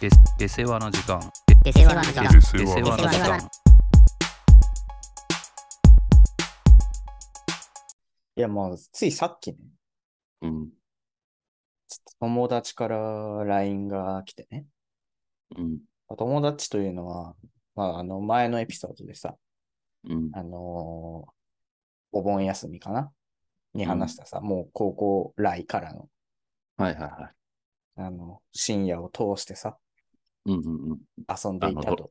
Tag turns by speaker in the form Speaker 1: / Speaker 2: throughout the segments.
Speaker 1: で出世話の時間
Speaker 2: 出世話の時間
Speaker 3: で
Speaker 1: 出
Speaker 3: 世
Speaker 1: 世
Speaker 3: 話
Speaker 1: 話の時間
Speaker 4: いや、もう、ついさっきね、
Speaker 3: うん。
Speaker 4: ちょっと友達から LINE が来てね。
Speaker 3: うん。
Speaker 4: 友達というのは、まあ、あの、前のエピソードでさ、
Speaker 3: うん。
Speaker 4: あのーお盆休みかなに話したさ、もう高校来からの、
Speaker 3: はいはいは
Speaker 4: あの、深夜を通してさ、
Speaker 3: い。うんうんうん。
Speaker 4: 遊んでい
Speaker 3: あ
Speaker 4: た
Speaker 3: の
Speaker 4: と。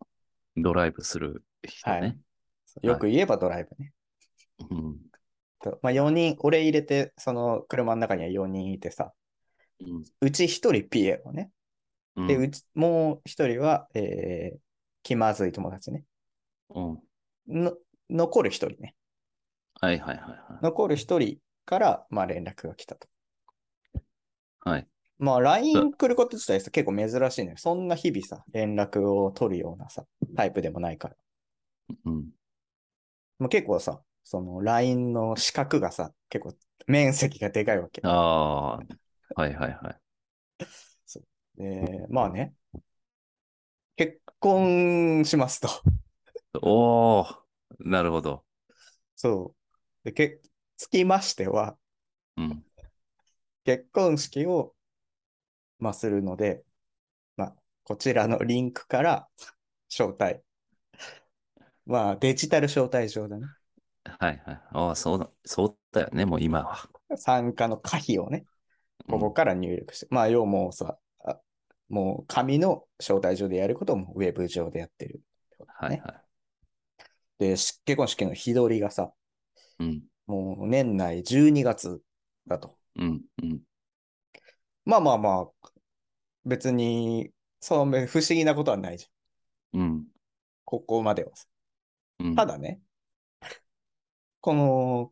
Speaker 3: ドライブする人ね。
Speaker 4: はいよく言えばドライブね。
Speaker 3: うん。
Speaker 4: とまあ、4人、俺入れて、その車の中には4人いてさ、
Speaker 3: うん
Speaker 4: うち1人ピエロね。
Speaker 3: うん。
Speaker 4: で、うち、もう1人は、えー気まずい友達ね。
Speaker 3: うん。
Speaker 4: の、残る1人ね。
Speaker 3: はいはいはいは
Speaker 4: 残る一人から、まあ、連絡が来たと。
Speaker 3: い。はい。
Speaker 4: まあ、LINE 来ること自体さ、結構珍しいね。そんな日々さ、連絡を取るようなさ、タイプでもないから。
Speaker 3: うん。
Speaker 4: まあ、結構さ、その LINE の資格がさ、結構面積がでかいわけ。
Speaker 3: ああ。はいはいはい。
Speaker 4: で、まあね、結婚しますと。
Speaker 3: おお。なるほど。
Speaker 4: そう。で、け、つきましては、
Speaker 3: うん。
Speaker 4: 結婚式を、まあ、するので、まあ、こちらのリンクから招待。まあ、デジタル招待状だね。
Speaker 3: はいはい。ああ、そうだ、そうだよね、もう今は。
Speaker 4: 参加の可否をね、ここから入力して。まあ、要はもうさ、あもう紙の招待状でやることをもうウェブ上でやってるってこと
Speaker 3: は
Speaker 4: だ
Speaker 3: い
Speaker 4: ね、
Speaker 3: はい。
Speaker 4: で、し結婚式の日取りがさ、
Speaker 3: うん。
Speaker 4: もう年内12月だと。
Speaker 3: うん。うん。
Speaker 4: まあまあまあ、別に、そう、不思議なことはないじゃん。
Speaker 3: うん。
Speaker 4: ここまではさ。
Speaker 3: うん。
Speaker 4: ただね、この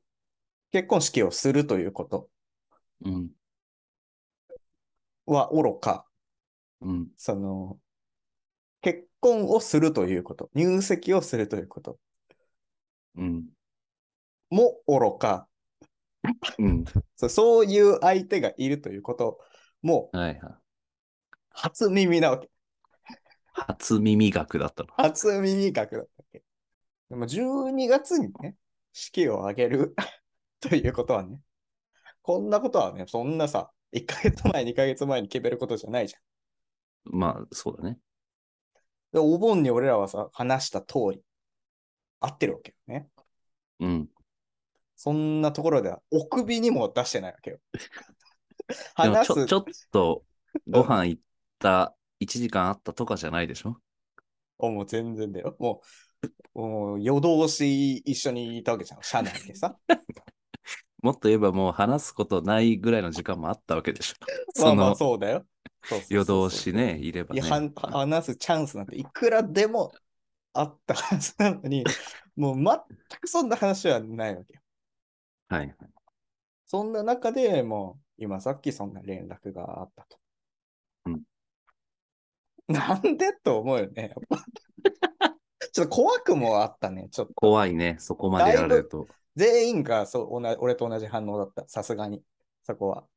Speaker 4: 結婚式をするということ
Speaker 3: うん。
Speaker 4: は愚か、
Speaker 3: うん。
Speaker 4: その、結婚をするということ、入籍をするということ
Speaker 3: うん。
Speaker 4: も愚か、
Speaker 3: うん。
Speaker 4: そそういう相手がいるということも
Speaker 3: はいはい。
Speaker 4: 初耳なわけ。
Speaker 3: 初耳学だったの。
Speaker 4: 初耳学だったわけ。でも12月にね、式を挙げる ということはね、こんなことはね、そんなさ、1ヶ月前、2ヶ月前に決めることじゃないじゃん。
Speaker 3: まあ、そうだね。
Speaker 4: で、お盆に俺らはさ、話した通り、合ってるわけよね。
Speaker 3: うん。
Speaker 4: そんなところでは、お首にも出してないわけよ。
Speaker 3: でも
Speaker 4: 話
Speaker 3: ちょ
Speaker 4: す
Speaker 3: ちょっとご飯行った1時間あったとかじゃないでしょ
Speaker 4: おもう全然だよ。もう、もう夜通し一緒にいたわけじゃん、車内でさ。
Speaker 3: もっと言えばもう話すことないぐらいの時間もあったわけでしょ
Speaker 4: まあ
Speaker 3: そ
Speaker 4: まあ、
Speaker 3: の
Speaker 4: そうだよ。そうそうそう
Speaker 3: 夜
Speaker 4: そう
Speaker 3: 通し。ね、いれば
Speaker 4: いや、はん
Speaker 3: ね。
Speaker 4: 話すチャンスなんていくらでもあったはずなのに、もう全くそんな話はないわけよ。
Speaker 3: はい。
Speaker 4: そんな中でもう、今さっきそんな連絡があったと。
Speaker 3: うん
Speaker 4: なんでと思うよね。やっぱ ちょっと怖くもあったね。ちょっと
Speaker 3: 怖いね、そこまでやられると。
Speaker 4: 全員がそう同じ俺と同じ反応だった。さすがに。そこは。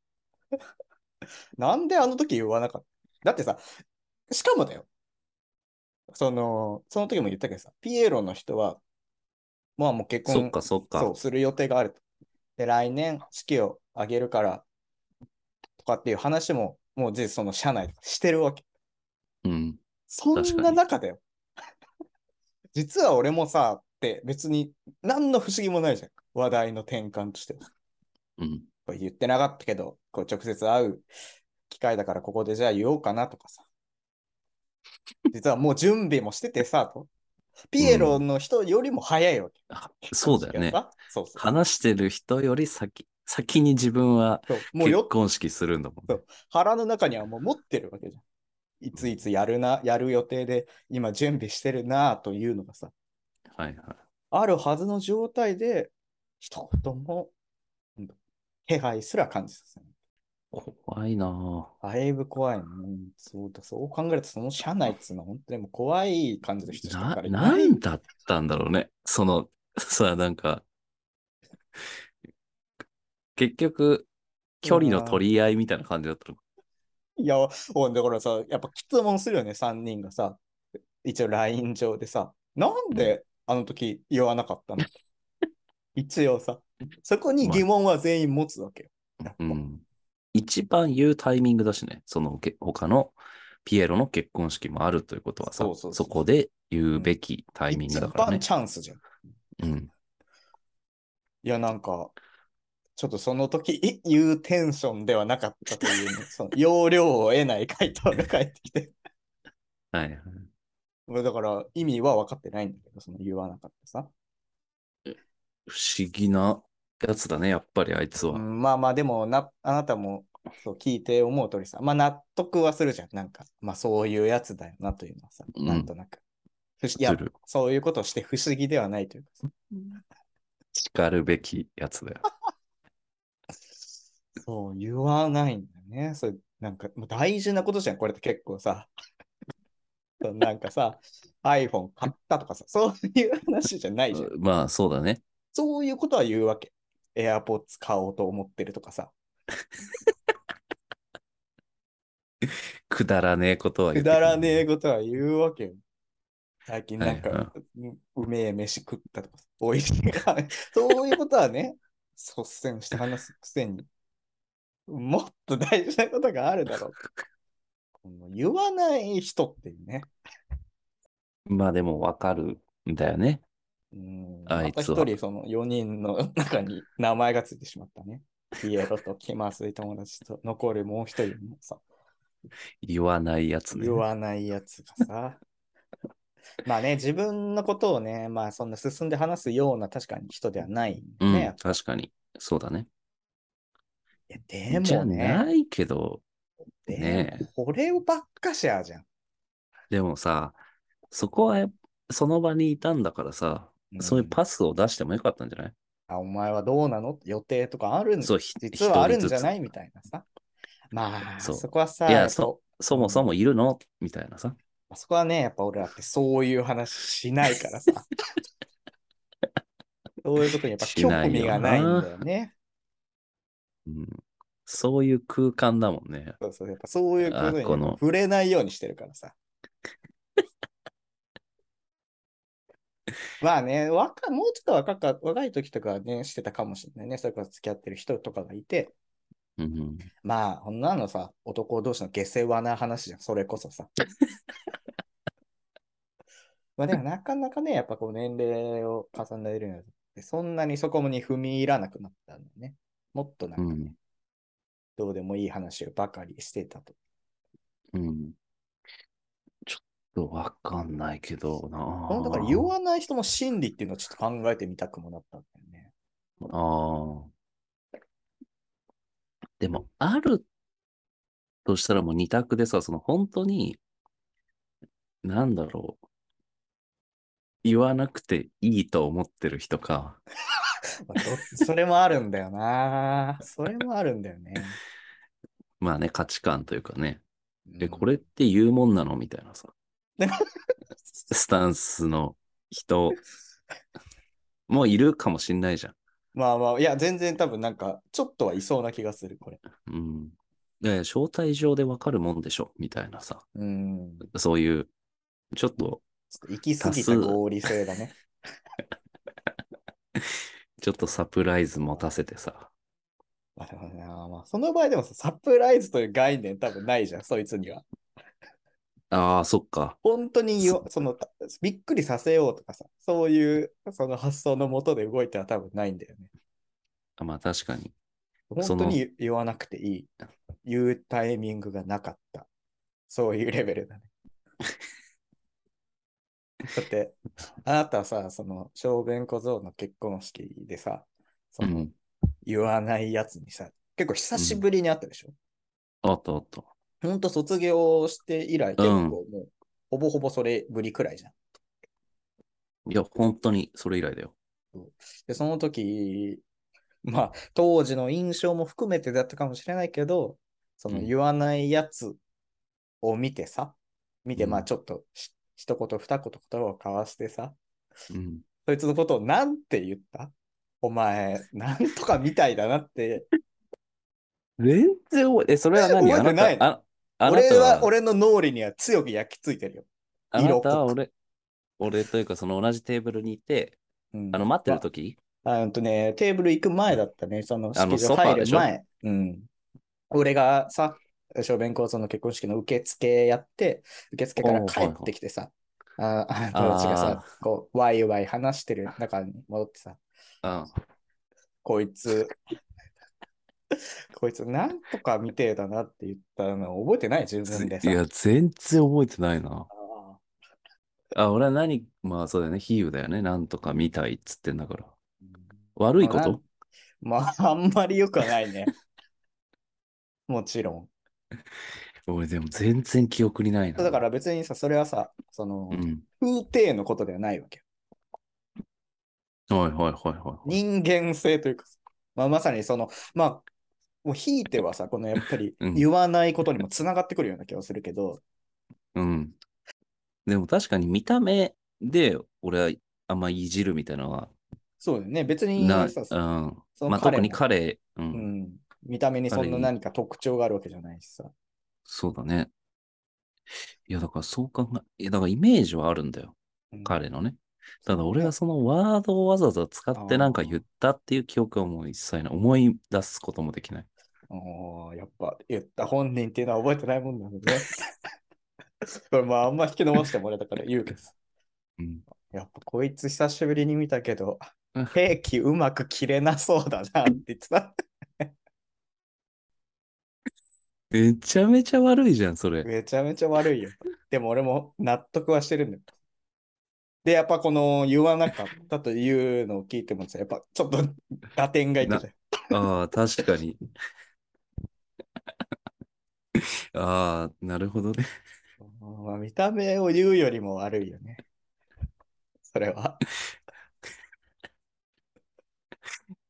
Speaker 4: なんであの時言わなかっただってさ、しかもだよ。その、その時も言ったけどさ、ピエロの人は、まあもう結婚
Speaker 3: そっかそっか。
Speaker 4: そう、する予定があると。で、来年、式を挙げるから、とかっていう話も、もう、その社内とかしてるわけ。
Speaker 3: うん。
Speaker 4: そん
Speaker 3: 確か
Speaker 4: な
Speaker 3: に
Speaker 4: 中だよ。実は俺もさ、って別に何の不思議もないじゃん。話題の転換としては。
Speaker 3: うん。
Speaker 4: これ言ってなかったけど、こう直接会う機会だからここでじゃあ言おうかなとかさ。実はもう準備もしててさ、と。ピエロの人よりも早いわけ。
Speaker 3: あそうだよね。
Speaker 4: そうそう。
Speaker 3: 話してる人より先、先に自分は
Speaker 4: そうもう
Speaker 3: 結
Speaker 4: よ
Speaker 3: 婚式するんだもん
Speaker 4: そう腹の中にはもう持ってるわけじゃん。いついつやるな、やる予定で今準備してるなというのがさ、
Speaker 3: はいはい。
Speaker 4: あるはずの状態で、一言もうん気配すら感じさせない。
Speaker 3: 怖いなぁ。
Speaker 4: だいぶ怖いね。そうだ、そう考えると、その社内っつうのは本当にもう怖い感じの人しか
Speaker 3: な
Speaker 4: だからいない
Speaker 3: 何だったんだろうね。その、 さ、なんか、結局、距離の取り合いみたいな感じだったの。
Speaker 4: いや、おいだからさ、やっぱ質問するよね、3人がさ、一応 LINE 上でさ、なんであの時言わなか ったの一応さ、そこに疑問は全員持つわけよ。やっぱ
Speaker 3: うん。一番言うタイミングだしね、そのけ他のピエロの結婚式もあるということはさ、
Speaker 4: そうそうそう
Speaker 3: こで言うべきタイミングだからね
Speaker 4: 一番。チャンスじゃん。
Speaker 3: うん。
Speaker 4: いや、なんか、ちょっとその時い言うテンションではなかったという ね、その要領を得ない回答が返ってきて、
Speaker 3: はいはい。
Speaker 4: 俺だから意味は分かってないんだけど、その言わなかったさ。
Speaker 3: 不思議なやつだね、やっぱりあいつは。
Speaker 4: うんまあまあ、でもな、あなたもそう聞いて思う通りさ、まあ納得はするじゃん。なんか、まあそういうやつだよなというのはさ、
Speaker 3: うん
Speaker 4: なんとなく。不思い
Speaker 3: す
Speaker 4: や、
Speaker 3: る。
Speaker 4: そういうことをして不思議ではないというかさ。
Speaker 3: しかるべきやつだよ。
Speaker 4: そう、言わないんだよね。それなんか、もう大事なことじゃん。これって結構さ。 そうなんかさ、iPhone 買ったとかさ、そういう話じゃないじゃん。
Speaker 3: まあ、そうだね。
Speaker 4: そういうことは言うわけ。AirPods 買おうと思ってるとかさ。
Speaker 3: くだらねえことは言
Speaker 4: く
Speaker 3: ってく
Speaker 4: だ
Speaker 3: る
Speaker 4: らねえことは言うわけよ。最近なん
Speaker 3: はい
Speaker 4: か、ううめえ飯食ったとか、おいしい飯 そういうことはね、率先して話すくせに、もっと大事なことがあるだろう。この言わない人っていうね。
Speaker 3: まあでもわかるんだよね。
Speaker 4: うん
Speaker 3: あ
Speaker 4: ま
Speaker 3: い
Speaker 4: た
Speaker 3: つ
Speaker 4: 一
Speaker 3: は
Speaker 4: 人、その4人の中に名前がついてしまったね。ピエロと気まずい友達と残るもう一人もさ、
Speaker 3: 言わないやつね。
Speaker 4: 言わないやつがさ。 まあね、自分のことをね、まあそんな進んで話すような確かに人ではないん
Speaker 3: う
Speaker 4: で
Speaker 3: ん、
Speaker 4: ね。
Speaker 3: 確かに。そうだね。
Speaker 4: いや
Speaker 3: じ
Speaker 4: で
Speaker 3: ゃ
Speaker 4: も
Speaker 3: な
Speaker 4: ね、
Speaker 3: いけど、
Speaker 4: でも
Speaker 3: ね
Speaker 4: これをばっかしゃじゃん。
Speaker 3: でもさ、そこはやっその場にいたんだからさ、そういうパスを出してもよかったんじゃない、
Speaker 4: あお前はどうなの予定とかあるん
Speaker 3: そう、ひ
Speaker 4: 実はあるん
Speaker 3: 一人
Speaker 4: じ
Speaker 3: ず
Speaker 4: ゃ
Speaker 3: つ
Speaker 4: ないみたいなさ。まあ、
Speaker 3: そ
Speaker 4: そうこはさ、
Speaker 3: いや
Speaker 4: やっぱ
Speaker 3: うそもそもいるのみたいなさ。
Speaker 4: まあそこはね、やっぱ俺らってそういう話しないか らさ。そういうことにやっぱ
Speaker 3: し
Speaker 4: 興
Speaker 3: ない
Speaker 4: 味
Speaker 3: よな
Speaker 4: がないんだよね。
Speaker 3: うん、そういう空間だもんね。
Speaker 4: そうそう、やっぱそういうこと
Speaker 3: あこ
Speaker 4: に
Speaker 3: の
Speaker 4: 触れないようにしてるから さ。まあね、若もうちょっと若か若い時とかはね、してたかもしれないね。それこそ付き合ってる人とかがいて、
Speaker 3: うん、
Speaker 4: まあ、こんなのさ、男同士の下世話な話じゃん、それこそさ。 まあでもなかなかね、やっぱこう年齢を重ねるによって、そんなにそこに踏み入らなくなったんだよね。もっとなんか
Speaker 3: う
Speaker 4: ね、
Speaker 3: ん、
Speaker 4: どうでもいい話をばかりしてたと。
Speaker 3: うん。ちょっとわかんないけどな。
Speaker 4: このだから言わない人の心理っていうのをちょっと考えてみたくもなったんだよね。
Speaker 3: ああ。でも、あるとしたらもう二択でさ、その本当に、なんだろう。言わなくていいと思ってる人か、
Speaker 4: まあどそれもあるんだよな。それもあるんだよね。
Speaker 3: まあね、価値観というかね、
Speaker 4: う
Speaker 3: え、
Speaker 4: ん
Speaker 3: これって言うもんなのみたい なさ、スタンスの人もいるかもしんないじゃん。
Speaker 4: まあまあ、いや、全然多分なんか、ちょっとはいそうな気がする、これ。
Speaker 3: うん。いやいや招待状でわかるもんでしょみたいなさ、
Speaker 4: うん。ちょ
Speaker 3: そういう、ちょっと、
Speaker 4: っと行き過ぎた合理性だね。
Speaker 3: ちょっとサプライズ持たせてさ、
Speaker 4: まあでもね、まあ、その場合でもさサプライズという概念多分ないじゃん、そいつには。
Speaker 3: ああ、そっか。
Speaker 4: 本当によそのたびっくりさせようとかさ、そういうその発想のもとで動いては多分ないんだよね。
Speaker 3: あまあ確かに。そ
Speaker 4: 本
Speaker 3: の
Speaker 4: 当に言わなくていい。言うタイミングがなかった。そういうレベル だね。だって、あなたはさ、その、小便小僧の結婚式でさ、そうの、
Speaker 3: ん。
Speaker 4: 言わないやつにさ、結構久しぶりに会ったでしょ、
Speaker 3: あったあった。
Speaker 4: ほんと卒業して以来、
Speaker 3: う
Speaker 4: 結
Speaker 3: ん
Speaker 4: 構もう、ほぼほぼそれぶりくらいじゃん。
Speaker 3: いや、本当にそれ以来だよ。
Speaker 4: で、その時、まあ、当時の印象も含めてだったかもしれないけど、その
Speaker 3: うん
Speaker 4: 言わないやつを見てさ、見て、
Speaker 3: うん
Speaker 4: まあ、ちょっとし、一言二言言葉を交わしてさ、
Speaker 3: うん。
Speaker 4: そいつのことをなんて言ったお前、なんとかみたいだなって、
Speaker 3: 全然覚えて、えそれは何
Speaker 4: 覚えてない
Speaker 3: あなたああな
Speaker 4: 俺
Speaker 3: た
Speaker 4: は、俺の脳裏には強く焼き付いてるよ。
Speaker 3: あなたは
Speaker 4: 色濃
Speaker 3: 俺、俺というかその同じテーブルにいて、あの待ってる時、
Speaker 4: あうんとね、テーブル行く前だったね、その
Speaker 3: あの
Speaker 4: 式
Speaker 3: ソ
Speaker 4: 場
Speaker 3: ファー
Speaker 4: 入
Speaker 3: で
Speaker 4: る
Speaker 3: しょ
Speaker 4: 前。うん。俺がさ、小便構想の結婚式の受付やって、受付から
Speaker 3: おー
Speaker 4: 帰
Speaker 3: はいはい
Speaker 4: ってきてさ、あ あ友達がさ、こう、ワイワイ話してる中に戻ってさ、
Speaker 3: うん、
Speaker 4: こいつ、 こいつなんとかみてえだなって言ったの覚えてない自分で
Speaker 3: い
Speaker 4: さ。
Speaker 3: や、全然覚えてないな。
Speaker 4: あー
Speaker 3: あ、俺は何、まあそうだよね、比喩だよね、なんとか見たいっつってんだから。悪いこ
Speaker 4: まあな
Speaker 3: と
Speaker 4: んまあ、あんまり良くはないね。もちろん。
Speaker 3: 俺でも全然記憶にないな。
Speaker 4: だから別にさ、それはさ、その、
Speaker 3: うん。
Speaker 4: 風体のことではないわけよ。
Speaker 3: はいはいはいはいはい。
Speaker 4: 人間性というかさ、まあ、まさにその、まあ、もうひいてはさ、このやっぱり
Speaker 3: うん
Speaker 4: 言わないことにもつながってくるような気がするけど、
Speaker 3: うん。でも確かに見た目で俺はあんまいじるみたいなのは、
Speaker 4: そうだよね、別に
Speaker 3: な、う
Speaker 4: さ、
Speaker 3: ん。
Speaker 4: その
Speaker 3: まあ
Speaker 4: 彼
Speaker 3: 特に
Speaker 4: も
Speaker 3: 彼、う。
Speaker 4: うんん、見た目にそんな何か特徴があるわけじゃないしさ。
Speaker 3: そうだね。いやだからそう考え、いやだからイメージはあるんだよ。
Speaker 4: うん
Speaker 3: 彼のね。ただ俺がそのワードをわざわざ使ってなんか
Speaker 4: あー
Speaker 3: 言ったっていう記憶はもう一切ない。思い出すこともできない。
Speaker 4: おーやっぱ言った本人っていうのは覚えてないもんなんだね。 これまああんま引き伸ばしてもらえたから言うけどさ。
Speaker 3: うん。
Speaker 4: やっぱこいつ久しぶりに見たけど
Speaker 3: うん、
Speaker 4: 兵器うまく切れなそうだなって言ってた。
Speaker 3: めちゃめちゃ悪いじゃん、それ。
Speaker 4: めちゃめちゃ悪いよ。でも俺も納得はしてるんだよ。で、やっぱこの言わなかったというのを聞いてもさ、やっぱちょっと打点がいってたよ。
Speaker 3: ああ、確かに。 ああ、なるほどね。
Speaker 4: うんまあ、見た目を言うよりも悪いよね。それは。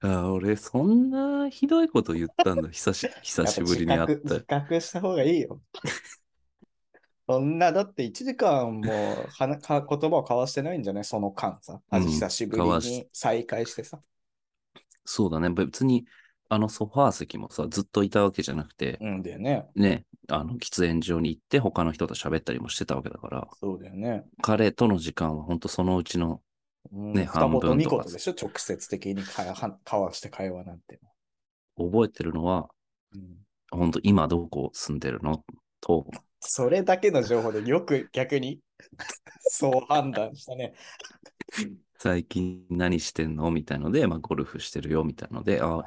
Speaker 3: ああ、俺、そんなひどいこと言ったんだ。久 し、久しぶりに会
Speaker 4: や
Speaker 3: っ
Speaker 4: っぱ自覚
Speaker 3: た
Speaker 4: 自。覚した方がいいよ。そんな、だって1時間もはなか言葉を交わしてないんじゃないその間さ。あ
Speaker 3: うん
Speaker 4: 久しぶり
Speaker 3: 交わ
Speaker 4: に
Speaker 3: し
Speaker 4: 再会してさ。
Speaker 3: そうだね。別に、あのソファー席もさ、ずっといたわけじゃなくて、
Speaker 4: うんだよね。
Speaker 3: ね、あの、喫煙所に行って、他の人と喋ったりもしてたわけだから、
Speaker 4: そうだよね。
Speaker 3: 彼との時間は本当そのうちの、
Speaker 4: うん
Speaker 3: ね
Speaker 4: 二言
Speaker 3: 半分
Speaker 4: 二
Speaker 3: とか
Speaker 4: 言でしょ直接的に会話交わして会話なんて。
Speaker 3: 覚えてるのは、
Speaker 4: うん
Speaker 3: 本当今どこ住んでるのと、
Speaker 4: それだけの情報でよく 逆にそう判断したね。
Speaker 3: 最近何してんのみたいので、まあ、ゴルフしてるよみたいので、あ、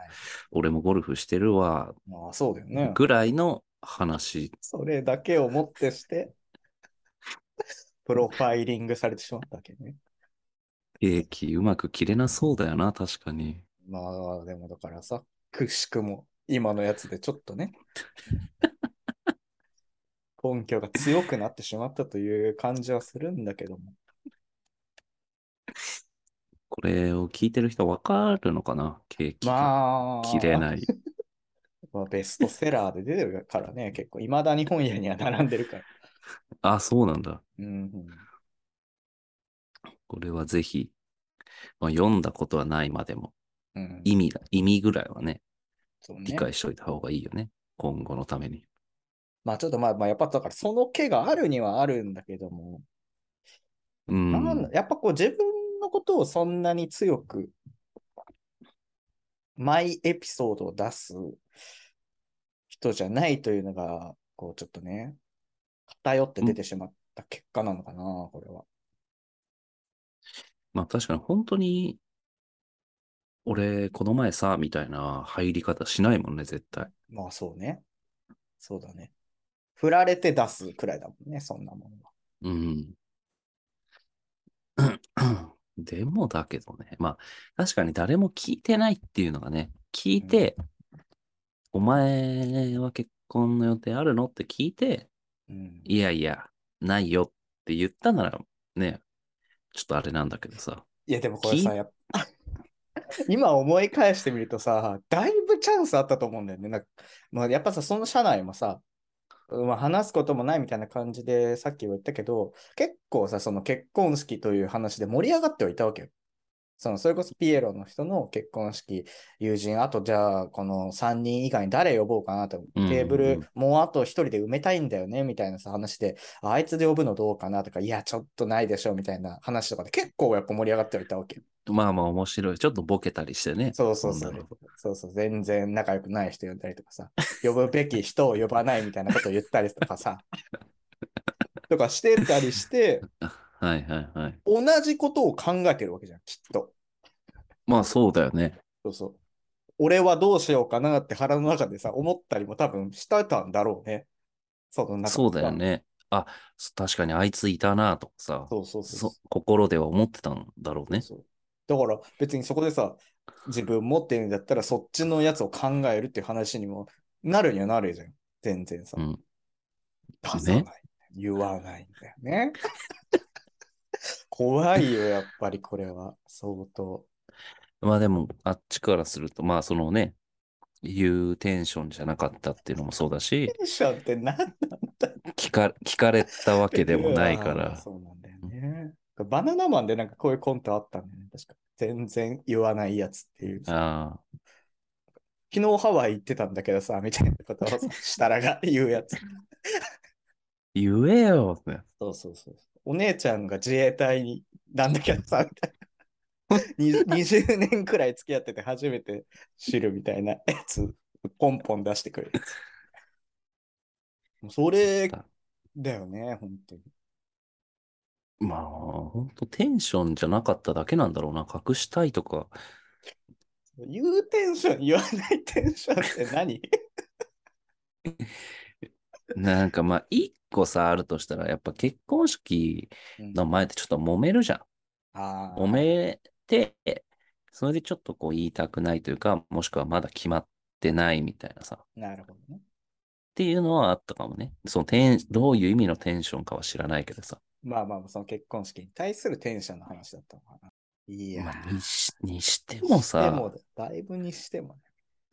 Speaker 3: 俺もゴルフしてるわ、
Speaker 4: まあそうだよね。
Speaker 3: ぐらいの話。
Speaker 4: それだけをもってして、プロファイリングされてしまったわけね。
Speaker 3: ケーキうまく切れなそうだよな、確かに。
Speaker 4: まあ、でもだからさ、くしくも今のやつでちょっと ね、根拠が強くなってしまったという感じはするんだけども。
Speaker 3: これを聞いてる人わかるのかなケーキが
Speaker 4: まあ、
Speaker 3: 切れない。
Speaker 4: まあベストセラーで出てるからね、結構、いまだに本屋には並んでるから。
Speaker 3: あ、そうなんだ。
Speaker 4: うんうん、
Speaker 3: これはぜひ、まあ、読んだことはないまでも、
Speaker 4: うん。
Speaker 3: 意味だ、意味ぐらいはね、
Speaker 4: そう
Speaker 3: 理
Speaker 4: ね。
Speaker 3: 解しといた方がいいよね。今後のために。
Speaker 4: まあちょっとまあ、まあ、やっぱだからその毛があるにはあるんだけども、
Speaker 3: う
Speaker 4: なんだ
Speaker 3: ん。
Speaker 4: やっぱこう自分のことをそんなに強く、マイエピソードを出す人じゃないというのが、こうちょっとね、偏って出てしまった結果なのかな、これは。
Speaker 3: まあ確かに本当に、俺、この前さ、みたいな入り方しないもんね、絶対。
Speaker 4: まあそうね。そうだね。振られて出すくらいだもんね、そんなものは。
Speaker 3: うん。 でもだけどね、まあ確かに誰も聞いてないっていうのがね、聞いて、お前は結婚の予定あるのって聞いて、
Speaker 4: うん。
Speaker 3: いやいや、ないよって言ったならね、ちょっとあれなんだけどさ、
Speaker 4: いや、でもこれさ、
Speaker 3: き
Speaker 4: やっ ぱ今思い返してみるとさ、だいぶチャンスあったと思うんだよね。なんかまあ、やっぱさ、その社内もさ、まあ、話すこともないみたいな感じでさっきも言ったけど、結構さ、その結婚式という話で盛り上がってはいたわけよ。その、それこそピエロの人の結婚式、友人、あとじゃあ、この3人以外に誰呼ぼうかなと、
Speaker 3: うんうんうん
Speaker 4: テーブル、もうあと1人で埋めたいんだよね、みたいなさ、話で、ああいつで呼ぶのどうかなとか、いや、ちょっとないでしょ、みたいな話とかで、結構やっぱ盛り上がってはいたわけ。
Speaker 3: まあまあ面白い。ちょっとボケたりしてね。
Speaker 4: そうそうそ
Speaker 3: な
Speaker 4: うん
Speaker 3: だろ。
Speaker 4: そうそう、全然仲良くない人呼んだりとかさ、呼ぶべき人を呼ばないみたいなことを言ったりとかさ、とかしてたりして、
Speaker 3: はいはいはい。
Speaker 4: 同じことを考えてるわけじゃん、きっと。
Speaker 3: まあそうだよね。
Speaker 4: そうそう。俺はどうしようかなって腹の中でさ、思ったりも多分してたんだろうね。その中でさ
Speaker 3: そうだよ。ね。あ、そ確かにあいついたなとかさ。
Speaker 4: そうそうそうそう。
Speaker 3: そ心では思ってたんだろうね。
Speaker 4: そうだから別にそこでさ、自分持ってるんだったらそっちのやつを考えるっていう話にもなるにはなるじゃん。全然さ。
Speaker 3: うん
Speaker 4: 出さない。言わないんだよね。怖いよ、やっぱりこれは。相 当。
Speaker 3: まあでも、あっちからすると、まあそのね、言うテンションじゃなかったっていうのもそうだし、
Speaker 4: テンションって何なんだ
Speaker 3: 聞か聞かれたわけでもないか
Speaker 4: あー
Speaker 3: ら。
Speaker 4: そうなんだよね。バナナマンでなんかこういうコントあったんだよね。確か。全然言わないやつっていう。昨
Speaker 3: あ
Speaker 4: 日ハワイ行ってたんだけどさ、みたいなことをさ設楽が 言うやつ。
Speaker 3: ー言えよって。
Speaker 4: そうそうそう。お姉ちゃんが自衛隊になんだけどさ、みたいな。に20年 くらい付き合ってて初めて知るみたいなやつ、ポンポン出してくるやつ。もうそれだよね、本当に。
Speaker 3: まあ、本当テンションじゃなかっただけなんだろうな。隠したいとか。
Speaker 4: 言うテンション、言わないテンションって何
Speaker 3: なんかまあ、一個さ、あるとしたら、やっぱ結婚式の前でちょっと揉めるじゃん。
Speaker 4: あー
Speaker 3: 揉めて、それでちょっとこう言いたくないというか、もしくはまだ決まってないみたいなさ。っ
Speaker 4: なるほどね。
Speaker 3: ていうのはあったかもね。そのテン、どういう意味のテンションかは知らないけどさ。
Speaker 4: まあまあ、その結婚式に対するテンションの話だったのかな。いや
Speaker 3: ま
Speaker 4: ー
Speaker 3: あ、にしにしてもさ、
Speaker 4: にしてもだ、だいぶにしても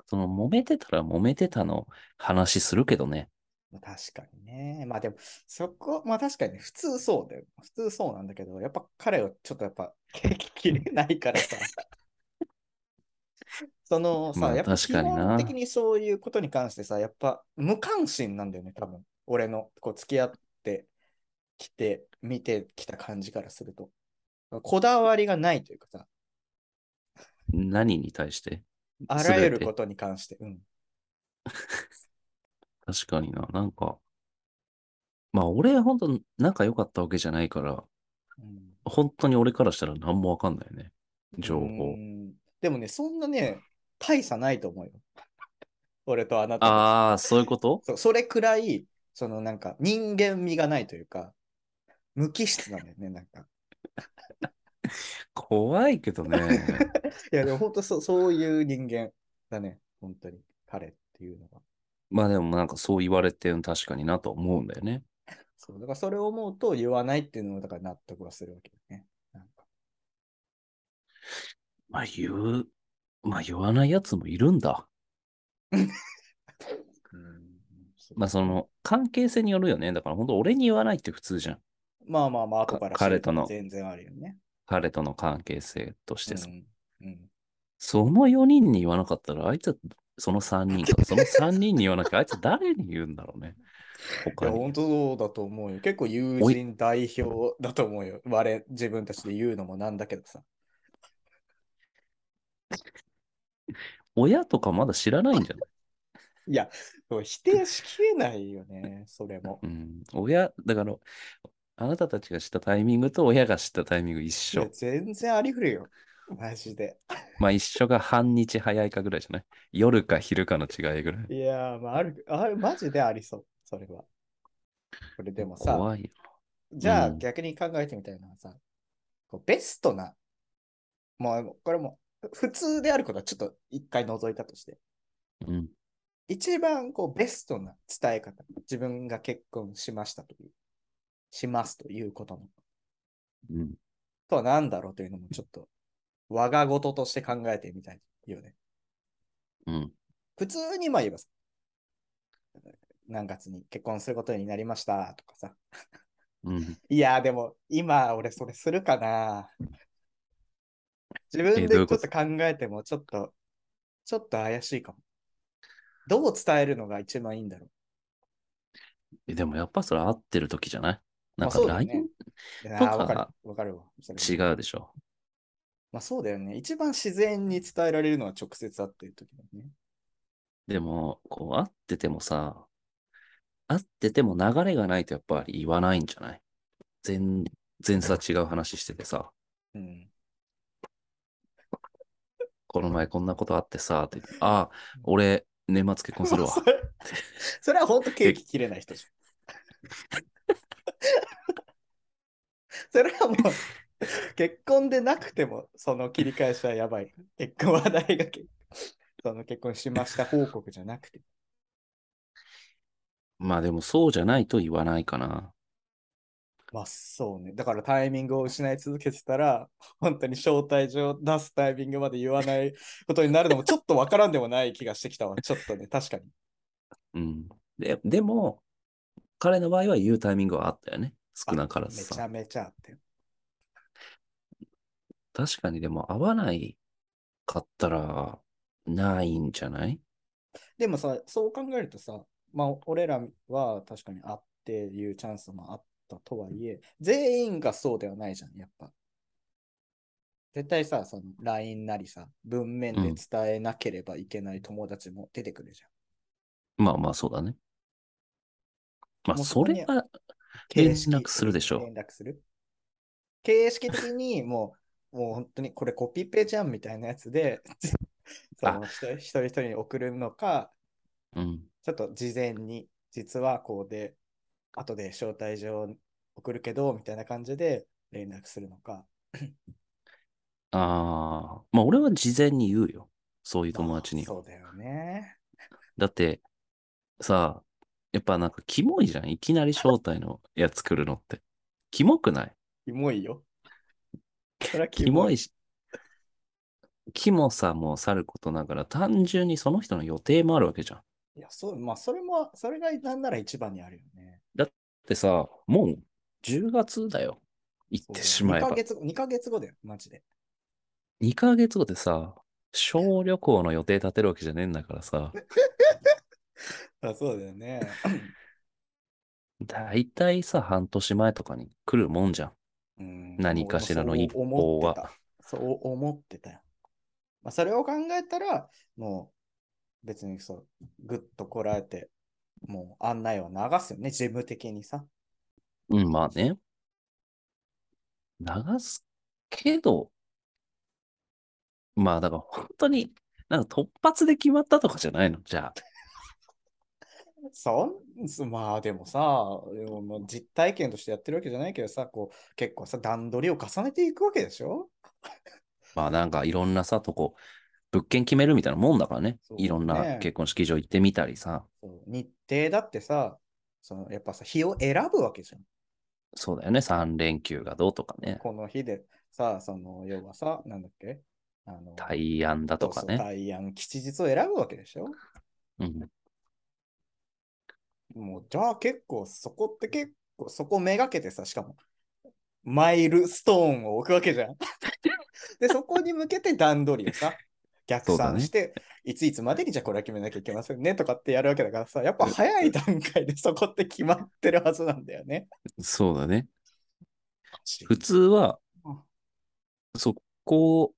Speaker 3: その揉めてたら揉めてたの話するけどね。
Speaker 4: ね。確かにね。まあでも、そこ、まあ確かにね、普通そうだよ。普通そうなんだけど、やっぱ彼はちょっとやっぱ、 景気切れないからさ。 そのさ、
Speaker 3: まあ
Speaker 4: やっぱ
Speaker 3: 確かにな
Speaker 4: 基本的にそういうことに関してさ、やっぱ無関心なんだよね、多分。俺の、こう、付き合ってきて、見てきた感じからすると。こだわりがないというかさ、
Speaker 3: 何に対して
Speaker 4: あらゆることに関して。うん。
Speaker 3: 確かにな。なんか、まあ俺本当仲良かったわけじゃないから、
Speaker 4: うん
Speaker 3: 本当に俺からしたら何もわかんないよね。情報。
Speaker 4: うんでもね、そんなね、大差ないと思うよ。 俺とあなたたち
Speaker 3: ああ、そういうこと
Speaker 4: そうそれくらい、そのなんか人間味がないというか、無機質なんだよね、なんか。
Speaker 3: 怖いけどね。
Speaker 4: いや、でも本当そう、そういう人間だね、本当に、彼っていうのは。
Speaker 3: まあでもなんかそう言われてるの確かになと思うんだよね。
Speaker 4: そう、だからそれを思うと言わないっていうのも、だから納得はするわけだね。なんか
Speaker 3: まあ言う、まあ言わないやつもいるんだ。
Speaker 4: そう
Speaker 3: まあその関係性によるよね。だから本当俺に言わないって普通じゃん。
Speaker 4: まあまあまあ、後から
Speaker 3: か彼との
Speaker 4: 知る全然あるよね。
Speaker 3: 彼との関係性としてさ。
Speaker 4: うんうん
Speaker 3: その4人に言わなかったら、あいつはその3人か、その3人に言わなきゃ、あいつ誰に言うんだろうね。
Speaker 4: い
Speaker 3: 他
Speaker 4: や、
Speaker 3: に。
Speaker 4: 本当そうだと思うよ。結構友
Speaker 3: おい
Speaker 4: 人代表だと思うよ。我、自分たちで言うのもなんだけどさ。
Speaker 3: 親とかまだ知らないんじゃない
Speaker 4: そう否定しきれないよね、それも
Speaker 3: う。ん。親、だから、あなたたちが知ったタイミングと親が知ったタイミング一
Speaker 4: いや
Speaker 3: 緒。
Speaker 4: 全然ありふれよ。マジで。
Speaker 3: まあ一緒が半日早いかぐらいじゃない夜か昼かの違いぐらい。
Speaker 4: いやー、まあ、ある、ある、マジでありそう、それは。これでもさ、
Speaker 3: 怖いよ。
Speaker 4: じゃあ
Speaker 3: うん
Speaker 4: 逆に考えてみたいのはさ、こうベストな、もうこれも普通であることはちょっと一回除いたとして、
Speaker 3: うん。
Speaker 4: 一番こうベストな伝え方、自分が結婚しましたという、しますということの、
Speaker 3: うん。
Speaker 4: とは何だろうというのもちょっと、我が事として考えてみたいよね。
Speaker 3: うん。
Speaker 4: 普通にまあ言えばさ、何月に結婚することになりましたとかさ、
Speaker 3: うん。
Speaker 4: いやーでも今俺それするかな自分
Speaker 3: え
Speaker 4: で
Speaker 3: どう
Speaker 4: ち
Speaker 3: い
Speaker 4: ょ
Speaker 3: う
Speaker 4: っ
Speaker 3: こと
Speaker 4: と考えても、ちょっと、ちょっと怪しいかも。どう伝えるのが一番いいんだろう。
Speaker 3: えでもやっぱそれ合ってる時じゃないなん
Speaker 4: まあ
Speaker 3: か
Speaker 4: そうだよ
Speaker 3: LINE
Speaker 4: ねいや
Speaker 3: と
Speaker 4: ーわかる
Speaker 3: か、
Speaker 4: わかるわ。それ
Speaker 3: 違うでしょ。
Speaker 4: まあそうだよね。一番自然に伝えられるのは直接会ってる時だよね。
Speaker 3: でも、こう、会っててもさ、会ってても流れがないとやっぱり言わないんじゃない全然さ違う話しててさ、
Speaker 4: うん。
Speaker 3: この前こんなことあってさ、って言ってああ、俺、年末結婚するわ。
Speaker 4: それそれは本当ケーキ切れない人じ ゃん。それはもう、結婚でなくても、その切り返しはやばい。結婚話題が結、その結婚しました報告じゃなくて。
Speaker 3: まあでもそうじゃないと言わないかな。
Speaker 4: まあそうね。だからタイミングを失い続けてたら、本当に招待状を出すタイミングまで言わないことになるのもちょっとわからんでもない気がしてきたわ。ちょっとね、確かに。
Speaker 3: うん。で、でも、彼の場合は言うタイミングはあったよね。少なから
Speaker 4: め
Speaker 3: ず
Speaker 4: ちゃ
Speaker 3: さ。
Speaker 4: めちゃあって。
Speaker 3: 確かにでも合わないかったら、ないんじゃない
Speaker 4: でもさ、そう考えるとさ、まあ、俺らは確かにあっていうチャンスもあったとはいえ、全員がそうではないじゃん、やっぱ。絶対さ、その LINE なりさ、文面で伝えなければいけない友達も出てくるじゃん。
Speaker 3: まあまあそうだね。まあ
Speaker 4: もう
Speaker 3: そ
Speaker 4: そこ
Speaker 3: れ
Speaker 4: に
Speaker 3: は、
Speaker 4: 形式
Speaker 3: 連絡するでしょ
Speaker 4: 連絡する。形式的にもう、もう本当にこれコピペじゃんみたいなやつで、 その一人一人一人に送るのか、
Speaker 3: うん。
Speaker 4: ちょっと事前に、実はこうで、後で招待状送るけど、みたいな感じで連絡するのか。
Speaker 3: ああ、まあ俺は事前に言うよ。そういう友達に
Speaker 4: まあ
Speaker 3: は。
Speaker 4: そうだよね。
Speaker 3: だって、さあ、やっぱなんかキモいじゃん。いきなり招待のやつ来るのって。キモくない
Speaker 4: キモいよ。それは
Speaker 3: キモいし、キモさもさることながら、単純にその人の予定もあるわけじゃん。
Speaker 4: いや、そう、まあ、それも、それがなんなら一番にあるよね。
Speaker 3: でさ、もう10月だよ。言っ
Speaker 4: そうだ
Speaker 3: て
Speaker 4: よ
Speaker 3: しまえば。
Speaker 4: 2ヶ月後、2ヶ月後だよ、マジで。
Speaker 3: 2ヶ月後でさ、小旅行の予定立てるわけじゃねえんだからさ、
Speaker 4: あそうだよね。
Speaker 3: だいたいさ、半年前とかに来るもんじゃん。
Speaker 4: うん
Speaker 3: 何かしらの一報は。
Speaker 4: そう思ってたそう思ってたよ。まあ、それを考えたら、もう別にそう、ぐっとこらえて、もう案内を流すよね、事務的にさ。
Speaker 3: うん、まあね。流すけど、まあだから本当に、なんか突発で決まったとかじゃないのじゃあ。
Speaker 4: そんそまあでもさ、でももう実体験としてやってるわけじゃないけどさ、こう結構さ、段取りを重ねていくわけでしょ
Speaker 3: まあなんかいろんなさ、とこ、物件決めるみたいなもんだからね
Speaker 4: そ。う
Speaker 3: いろんな
Speaker 4: ね
Speaker 3: 結婚式場行ってみたりさ。
Speaker 4: そう日程だってさ、そのやっぱさ、日を選ぶわけじゃん。
Speaker 3: そうだよね。3連休がどうとかね。
Speaker 4: この日でさ、その要はさ、なんだっけあの
Speaker 3: 対案だとか
Speaker 4: そうそ
Speaker 3: ね。
Speaker 4: う対案、吉日を選ぶわけでしょ
Speaker 3: うん。
Speaker 4: もう、じゃあ結構、そこって結構、そこめがけてさ、しかも、マイルストーンを置くわけじゃ ん。で、そこに向けて段取りをさ、逆算して、いついつまでにじゃあこれは決めなきゃいけませんねとかってやるわけだからさ、やっぱ早い段階で そこって決まってるはずなんだよね。
Speaker 3: そうだね。普通は
Speaker 4: うん、
Speaker 3: そこを、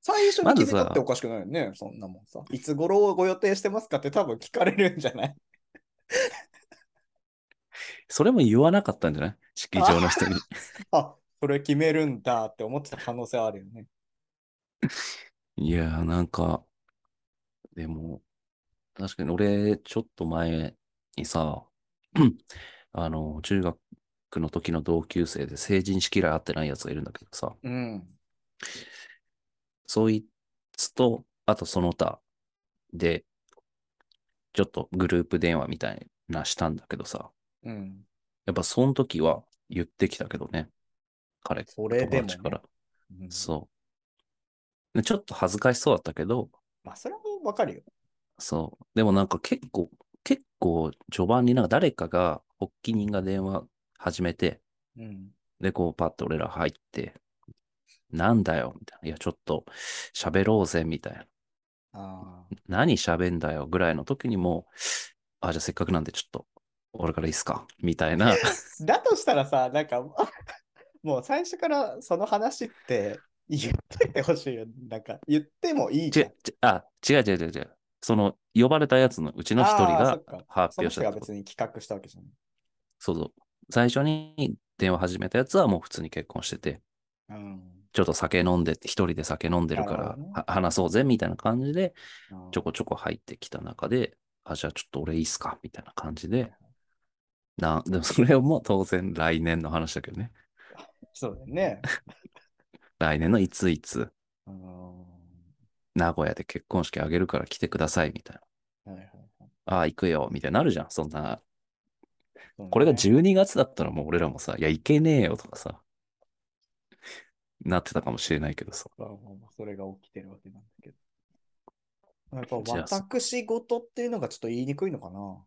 Speaker 4: 最初に決め
Speaker 3: まず
Speaker 4: たっ
Speaker 3: さ
Speaker 4: ておかしくないよね、そんなもんさ。いつ頃をご予定してますかって多分聞かれるんじゃない
Speaker 3: それも言わなかったんじゃない式場の人に。
Speaker 4: あ、それ決めるんだって思ってた可能性はあるよね。
Speaker 3: いやー、なんか、でも、確かに俺、ちょっと前にさ、 あの、中学の時の同級生で成人式以来会ってないやつがいるんだけどさ、
Speaker 4: うん。
Speaker 3: そいつと、あとその他で、ちょっとグループ電話みたいなしたんだけどさ、
Speaker 4: うん。
Speaker 3: やっぱその時は言ってきたけどね、彼、
Speaker 4: それでもね
Speaker 3: 友達から。
Speaker 4: うん
Speaker 3: そう。でちょっと恥ずかしそうだったけど、
Speaker 4: まあ、それはわかるよ。
Speaker 3: そう。でもなんか結構、結構序盤になんか誰かが、発起人が電話始めて、
Speaker 4: うん。
Speaker 3: で、こうパッと俺ら入って、なんだよ、みたいな。いや、ちょっと喋ろうぜ、みたいな。
Speaker 4: ああ。
Speaker 3: 何喋んだよ、ぐらいの時にも、あ、じゃあせっかくなんでちょっと、俺からいいっすか、みたい な。
Speaker 4: だとしたらさ、 なんか、もう最初からその話って言っといてほしいよ。なんか、言ってもいい
Speaker 3: ち
Speaker 4: じゃん
Speaker 3: ち。あ、違う違う違う違う。その、呼ばれたやつのうちの一人
Speaker 4: あーそ
Speaker 3: が
Speaker 4: っか
Speaker 3: 発
Speaker 4: その
Speaker 3: 表し
Speaker 4: 人
Speaker 3: た
Speaker 4: が
Speaker 3: ってこと
Speaker 4: 別に企画したわけじゃない。
Speaker 3: そうそう。最初に電話始めたやつはもう普通に結婚してて、
Speaker 4: うん。
Speaker 3: ちょっと酒飲んで、一人で酒飲んでるか
Speaker 4: なる
Speaker 3: ら
Speaker 4: ほどね、
Speaker 3: は話そうぜ、みたいな感じで、
Speaker 4: うん
Speaker 3: ちょこちょこ入ってきた中で、あ、じゃあちょっと俺いいっすかみたいな感じで。な、でもそれはもう当然来年の話だけどね。
Speaker 4: そうだよね。
Speaker 3: 来年のいついつ、
Speaker 4: うん。は
Speaker 3: 名古屋で結婚式あげるから来てください、みたい
Speaker 4: いはい
Speaker 3: な。ああ、行くよ、みたいになるじゃん。そんな、
Speaker 4: そう
Speaker 3: これが
Speaker 4: ね
Speaker 3: 12月だったらもう俺らもさ、いや、行けねえよとかさ、なってたかもしれないけどさ。
Speaker 4: まあまあまあそれが起きてるわけなんだけど。やっ
Speaker 3: じゃあ
Speaker 4: ぱ私事っていうのがちょっと言いにくいのかな。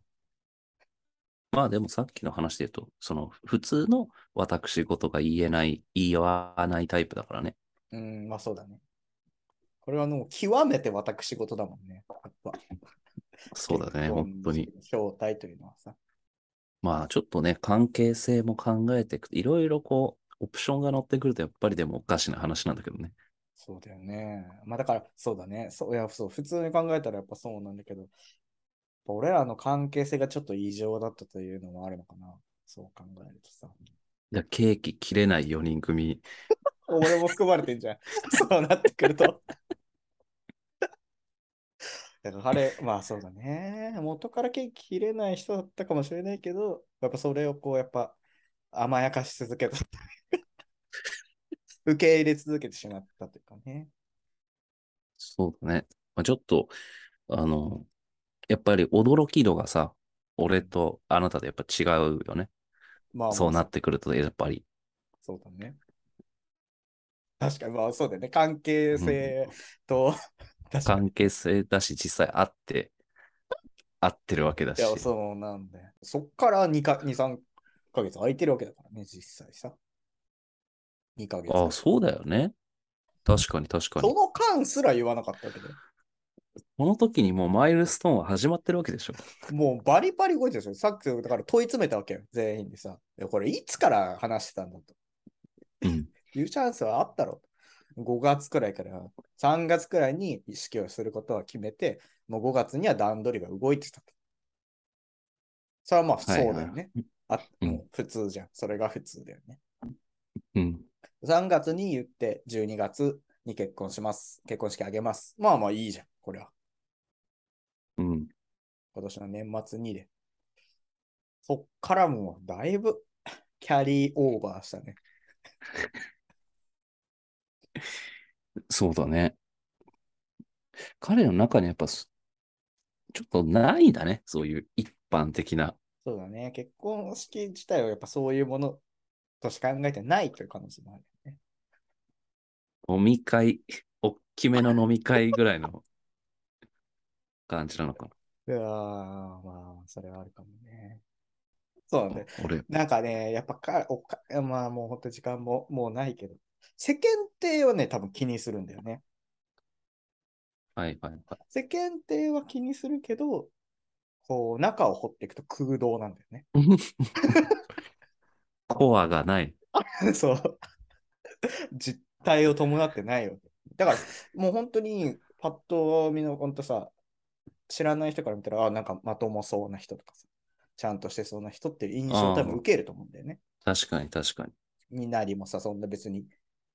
Speaker 3: まあでもさっきの話で言うと、その普通の私事が言えない、言わないタイプだからね。
Speaker 4: うん、まあそうだね。これはもう極めて私事だもんね。やっぱ。
Speaker 3: そうだね、
Speaker 4: 結婚
Speaker 3: 本当に。。
Speaker 4: 招待というのはさ。
Speaker 3: まあちょっとね、関係性も考えていくと、いろいろこう、オプションが乗ってくると、やっぱりでもおかしな話なんだけどね。
Speaker 4: そうだよね。まあだから、そうだね。そういやそう普通に考えたらやっぱそうなんだけど、やっぱ俺らの関係性がちょっと異常だったというのもあるのかな。そう考えるとさ。
Speaker 3: いや、ケーキ切れない4人組。
Speaker 4: 俺も含まれてんじゃん。そうなってくると。だからあれ、まあそうだね。元からケーキ切れない人だったかもしれないけど、やっぱそれをこう、やっぱ甘やかし続けた。受け入れ続けてしまったというかね。
Speaker 3: そうだね。まあ、ちょっと、あの、やっぱり驚き度がさ、俺とあなたでやっぱ違うよね。
Speaker 4: まあまあ
Speaker 3: そうなってくると、やっぱり。
Speaker 4: そうだね。確かに、まあそうだよね。関係性と、確かに。
Speaker 3: 関係性だし、実際会って、会ってるわけだ
Speaker 4: い
Speaker 3: し。
Speaker 4: や、そうなんだよ。そっから2か、2、3ヶ月空いてるわけだからね、実際さ。2ヶ月。
Speaker 3: ああ、そうだよね。確かに確かに。
Speaker 4: そ
Speaker 3: こ
Speaker 4: の間すら言わなかったわけど。
Speaker 3: の時にもうマイルストーンは始まってるわけでしょ。
Speaker 4: もうバリバリ動いてるでしょ。さっき、だから問い詰めたわけよ。全員でさ。いやこれ、いつから話してたんだと。
Speaker 3: うん。
Speaker 4: 言うチャンスはあったろ。5月くらいから、3月くらいに意識をすることは決めて、もう5月には段取りが動いてた。それはまあ、そうだよね。あ
Speaker 3: うん
Speaker 4: もう普通じゃん。それが普通だよね。
Speaker 3: うん。
Speaker 4: 3月に言って、12月に結婚します。結婚式あげます。まあまあいいじゃん、これは。
Speaker 3: うん。
Speaker 4: 今年の年末にで。そっからもうだいぶ キャリーオーバーしたね。
Speaker 3: そうだね。彼の中にやっぱす、ちょっとないんだね。そういう一般的な。
Speaker 4: そうだね。結婚式自体はやっぱそういうものとしか考えてないという可能性もあるよね。
Speaker 3: 飲み会、おっきめの飲み会ぐらいの 感じなのか
Speaker 4: いやー、まあ、それはあるかもね。そうなん
Speaker 3: な
Speaker 4: だよ。。
Speaker 3: 俺、
Speaker 4: なんかね、やっぱかおか、まあもう本当時間ももうないけど、世間体はね、多分気にするんだよね。
Speaker 3: はいはい はい。
Speaker 4: 世間体は気にするけど、こう、中を掘っていくと空洞なんだよね。
Speaker 3: コアがない。
Speaker 4: そう。実態を伴ってないわけ。だから、もう本当に、パッと見の、本当さ、知らない人から見たら、あ、なんかまともそうな人とかさ、ちゃんとしてそうな人っていう印象を多分
Speaker 3: あー
Speaker 4: 受けると思うんだよね。
Speaker 3: 確かに確かに。
Speaker 4: になりもさ、そんな別に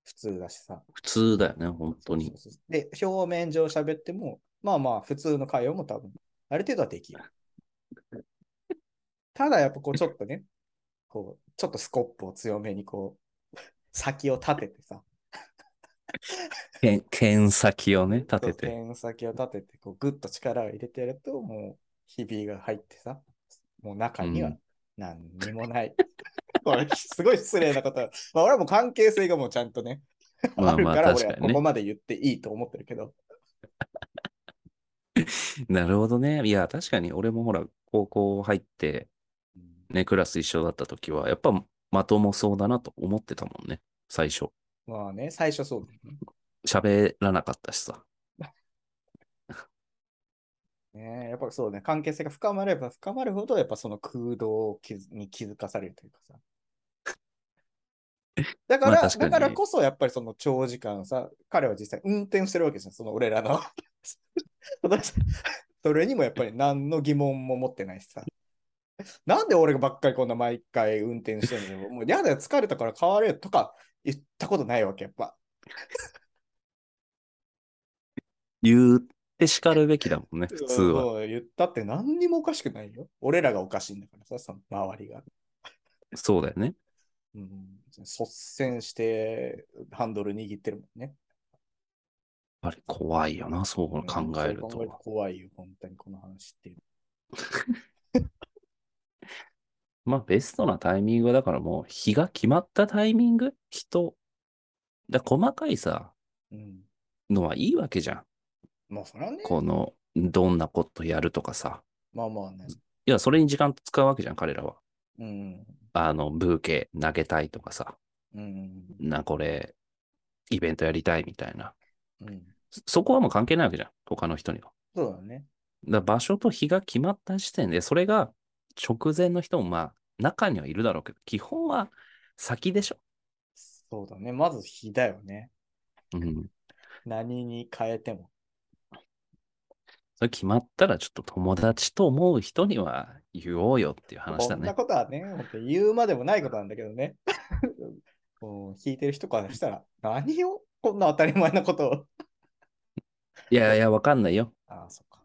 Speaker 4: 普通だしさ。
Speaker 3: 普通だよね、本当に
Speaker 4: そう。そうそうで、表面上喋っても、まあまあ、普通の会話も多分、ある程度はで きる。ただ、やっぱこう、ちょっとね、こう、ちょっとスコップを強めに、こう、先を立ててさ、
Speaker 3: けん剣先をね、立てて。
Speaker 4: 点先を立てて、こう、ぐっと力を入れてやると、もう、ひびが入ってさ、もう中に
Speaker 3: う
Speaker 4: は
Speaker 3: ん
Speaker 4: 何にもない。 これ、すごい失礼なこと。まあ、俺はもう関係性がもうちゃんとね、
Speaker 3: まあ
Speaker 4: ある
Speaker 3: ま
Speaker 4: か
Speaker 3: あ
Speaker 4: ら、
Speaker 3: 確
Speaker 4: 俺
Speaker 3: か
Speaker 4: は
Speaker 3: に
Speaker 4: ここ
Speaker 3: ね。
Speaker 4: まで言っていいと思ってるけど、
Speaker 3: なるほどね。いや、確かに俺もほら、高校入って、ね、クラス一緒だった時は、やっぱまともそうだなと思ってたもんね、最初。
Speaker 4: まあね、最初そうだよ
Speaker 3: 喋らなかったしさ。
Speaker 4: ね。やっぱそうね、関係性が深まれば深まるほど、やっぱその空洞気づに気づかされるというか さ。だから、
Speaker 3: まあ確か
Speaker 4: だ
Speaker 3: に
Speaker 4: からこそ、やっぱりその長時間さ、彼は実際運転してるわけじゃん、その俺 らの。それにもやっぱり何の疑問も持ってないしさ。なんで俺がばっかりこんな毎回運転してるのもうやだよ、疲れたから変われよとか言ったことないわけ、やっぱ。
Speaker 3: 言って叱るべきだもんね、普通は。
Speaker 4: そう言ったって何にもおかしくないよ。俺らがおかしいんだからさ、その周りが。
Speaker 3: そうだよね。
Speaker 4: うん、率先してハンドル握ってるもんね。
Speaker 3: やっぱり怖いよな、そう考える
Speaker 4: うんそう考えると
Speaker 3: と。
Speaker 4: 怖いよ、本当にこの話っていう。
Speaker 3: まあ、ベストなタイミングは、だからもう、日が決まったタイミング人。だ細かいさ、
Speaker 4: うん。
Speaker 3: のはいいわけじゃん。
Speaker 4: まあ、それはね。
Speaker 3: この、どんなことやるとかさ。
Speaker 4: まあまあね。
Speaker 3: いや、それに時間使うわけじゃん、彼らは。
Speaker 4: うん。
Speaker 3: あの、ブーケ投げたいとかさ、
Speaker 4: うん。
Speaker 3: な、これ、イベントやりたいみたいな。
Speaker 4: うん。
Speaker 3: そそこはもう関係ないわけじゃん、他の人には。
Speaker 4: そうだね。
Speaker 3: だから場所と日が決まった時点で、それが直前の人も、まあ、中にはいるだろうけど、基本は先でしょ。
Speaker 4: そうだね。まず日だよね。
Speaker 3: うん。
Speaker 4: 何に変えても。
Speaker 3: それ決まったら、ちょっと友達と思う人には言おうよっていう話
Speaker 4: こ
Speaker 3: だ
Speaker 4: んな
Speaker 3: ね。
Speaker 4: ことはね、本当に言うまでもないことなんだけどね。 もう聞いてる人からしたら、何をこんな当たり前なことを。
Speaker 3: いやいや、わかんないよ。
Speaker 4: ああ、そっか。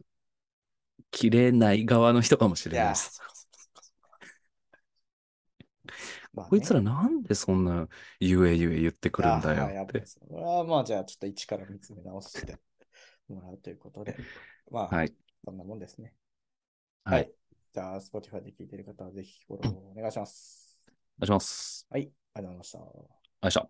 Speaker 3: 切れない側の人かもし
Speaker 4: い
Speaker 3: れない
Speaker 4: や、
Speaker 3: です。
Speaker 4: そっかそっかそっかそっか。まあね
Speaker 3: こいつらなんでそんなゆえゆえ言ってくるんだ
Speaker 4: あはい
Speaker 3: よ
Speaker 4: や
Speaker 3: っ
Speaker 4: ばい
Speaker 3: て
Speaker 4: で。すそれはまあじゃあちょっと一から見つめ直してもらうということで、まあ、
Speaker 3: はい。
Speaker 4: そんなもんですね。
Speaker 3: はい。
Speaker 4: はいじゃあ、Spotify で聞いてる方はぜひフォローお願いします。
Speaker 3: お願いします。
Speaker 4: はい、ありがとうございました。
Speaker 3: よいしょ。